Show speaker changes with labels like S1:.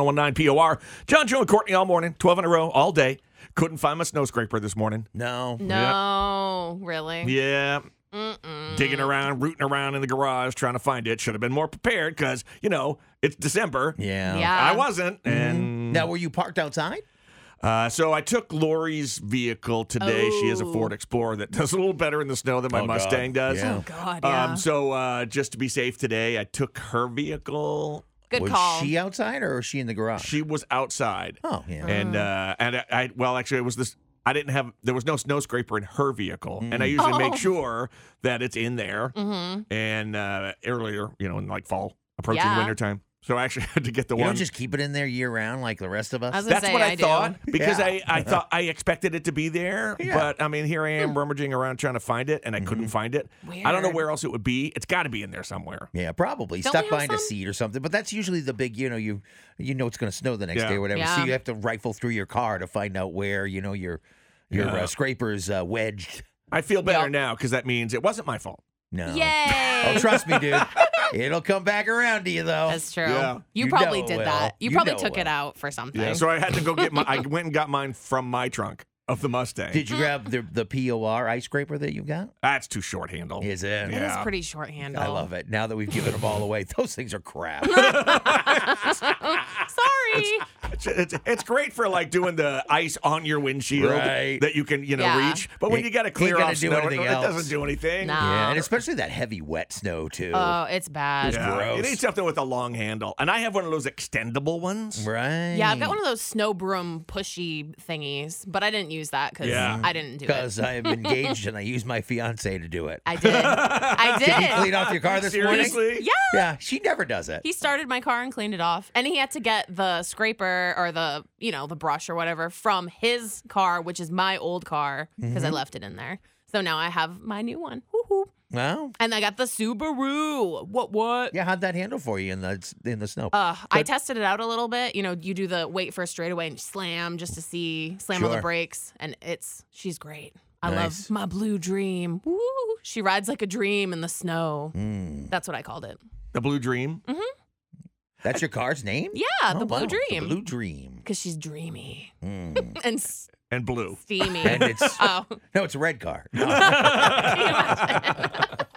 S1: 1019 POR. John, Joe, and Courtney all morning, 12 in a row, all day. Couldn't find my snow scraper this morning. No.
S2: No, really.
S1: Yeah. yeah. Digging around, rooting around in the garage, trying to find it. Should have been more prepared because, you know, it's December.
S3: Yeah. Mm-hmm.
S2: Yeah.
S1: I wasn't. And
S3: Now, were you parked outside?
S1: uh, so I took Lori's vehicle today. She has a
S2: Oh.
S1: Ford Explorer that does a little better in the snow than my
S3: Oh, God.
S1: Mustang does.
S3: Yeah.
S2: Oh God, yeah.
S1: Um, so uh, just to be safe today, I took her vehicle.
S2: Good
S3: was
S2: call.
S3: she outside or was she in the garage?
S1: She was outside.
S3: oh, yeah.
S2: Uh-huh.
S1: and uh, and I, I well actually it was this I didn't have there was no snow scraper in her vehicle, and I usually make
S2: Oh.
S1: sure that it's in there.
S2: mm-hmm.
S1: And uh, earlier, you know, in like fall approaching
S2: Yeah.
S1: winter time, so I actually had to get the
S3: you
S1: one.
S3: don't just keep it in there year round like the rest of us?
S2: I was gonna
S1: That's
S2: say,
S1: what I,
S2: I do.
S1: thought because
S3: Yeah.
S1: I, I thought I expected it to be there,
S3: Yeah.
S1: but I mean here I am rummaging around trying to find it, and I couldn't find it. I don't know
S2: Weird.
S1: where else it would be. It's got to be in there somewhere.
S3: Yeah, probably
S2: Don't
S3: stuck
S2: we have
S3: behind a
S2: some?
S3: seat or something. But that's usually the big, you know, you you know it's going to snow the next
S1: Yeah.
S3: day or whatever.
S2: Yeah.
S3: So you have to rifle through your car to find out where you know your your
S1: Yeah.
S3: uh, scraper's uh, wedged.
S1: I feel better
S2: Yep.
S1: now because that means it wasn't my fault.
S3: No.
S2: Yay!
S3: Oh, trust me, dude. It'll come back around to you though.
S2: That's true.
S1: Yeah.
S2: You,
S3: You
S2: probably
S3: know it
S2: did
S3: will.
S2: that. You,
S3: You
S2: probably
S3: know it
S2: took it
S3: will.
S2: out for something.
S1: Yeah, so I had to go get my. I went and got mine from my trunk of the Mustang.
S3: Did you grab the the POR ice scraper that you got?
S1: That's too short handle.
S3: Is it?
S2: That is
S1: Yeah.
S2: pretty shorthand.
S3: I love it. Now that we've given them all away, those things are crap.
S2: Sorry.
S1: It's, it's, it's great for like doing the ice on your windshield
S3: Right.
S1: that you can you know
S2: Yeah.
S1: reach, but when
S3: Ain't-
S1: you got to
S3: ain't
S1: clear
S3: gonna
S1: off
S3: do
S1: snow, it,
S3: anything
S1: it
S3: else.
S1: doesn't do anything.
S2: Nah.
S3: yeah, and especially that heavy wet snow too.
S2: Um, Oh, it's bad. Yeah.
S1: Yeah.
S3: gross.
S1: You need something with a long handle, and I have one of those extendable ones.
S3: right.
S2: I've got one of those snow broom pushy thingies, but I didn't use that because
S1: Yeah.
S2: I didn't do it.
S3: because I'm engaged and I use my fiance to do it.
S2: I did. I did.
S3: Clean off your car this morning.
S1: Seriously?
S2: Yeah.
S3: Yeah, she never does it.
S2: He started my car and cleaned it off, and he had to get the scraper or the you know the brush or whatever from his car, which is my old car because I
S3: Mm-hmm.
S2: left it in there. So now I have my new one. Woohoo.
S3: Well,
S2: And I got the Subaru. What what?
S3: yeah, how'd that handle for you in the in the snow?
S2: Uh, I tested it out a little bit. You know, you do the wait for a straightaway and slam just to see, slam on the
S3: Sure.
S2: brakes, and it's she's great. I
S3: Nice.
S2: love my blue dream. Woo! She rides like a dream in the snow.
S3: Hmm.
S2: That's what I called it.
S1: The Blue Dream.
S3: That's your car's name?
S2: Yeah, the
S3: Oh,
S2: blue
S3: wow,
S2: dream.
S3: The blue dream.
S2: Cause she's dreamy
S3: Hmm.
S2: and
S1: And blue.
S2: steamy.
S3: And it's-
S2: oh,
S3: No, it's a red car.
S2: can you imagine?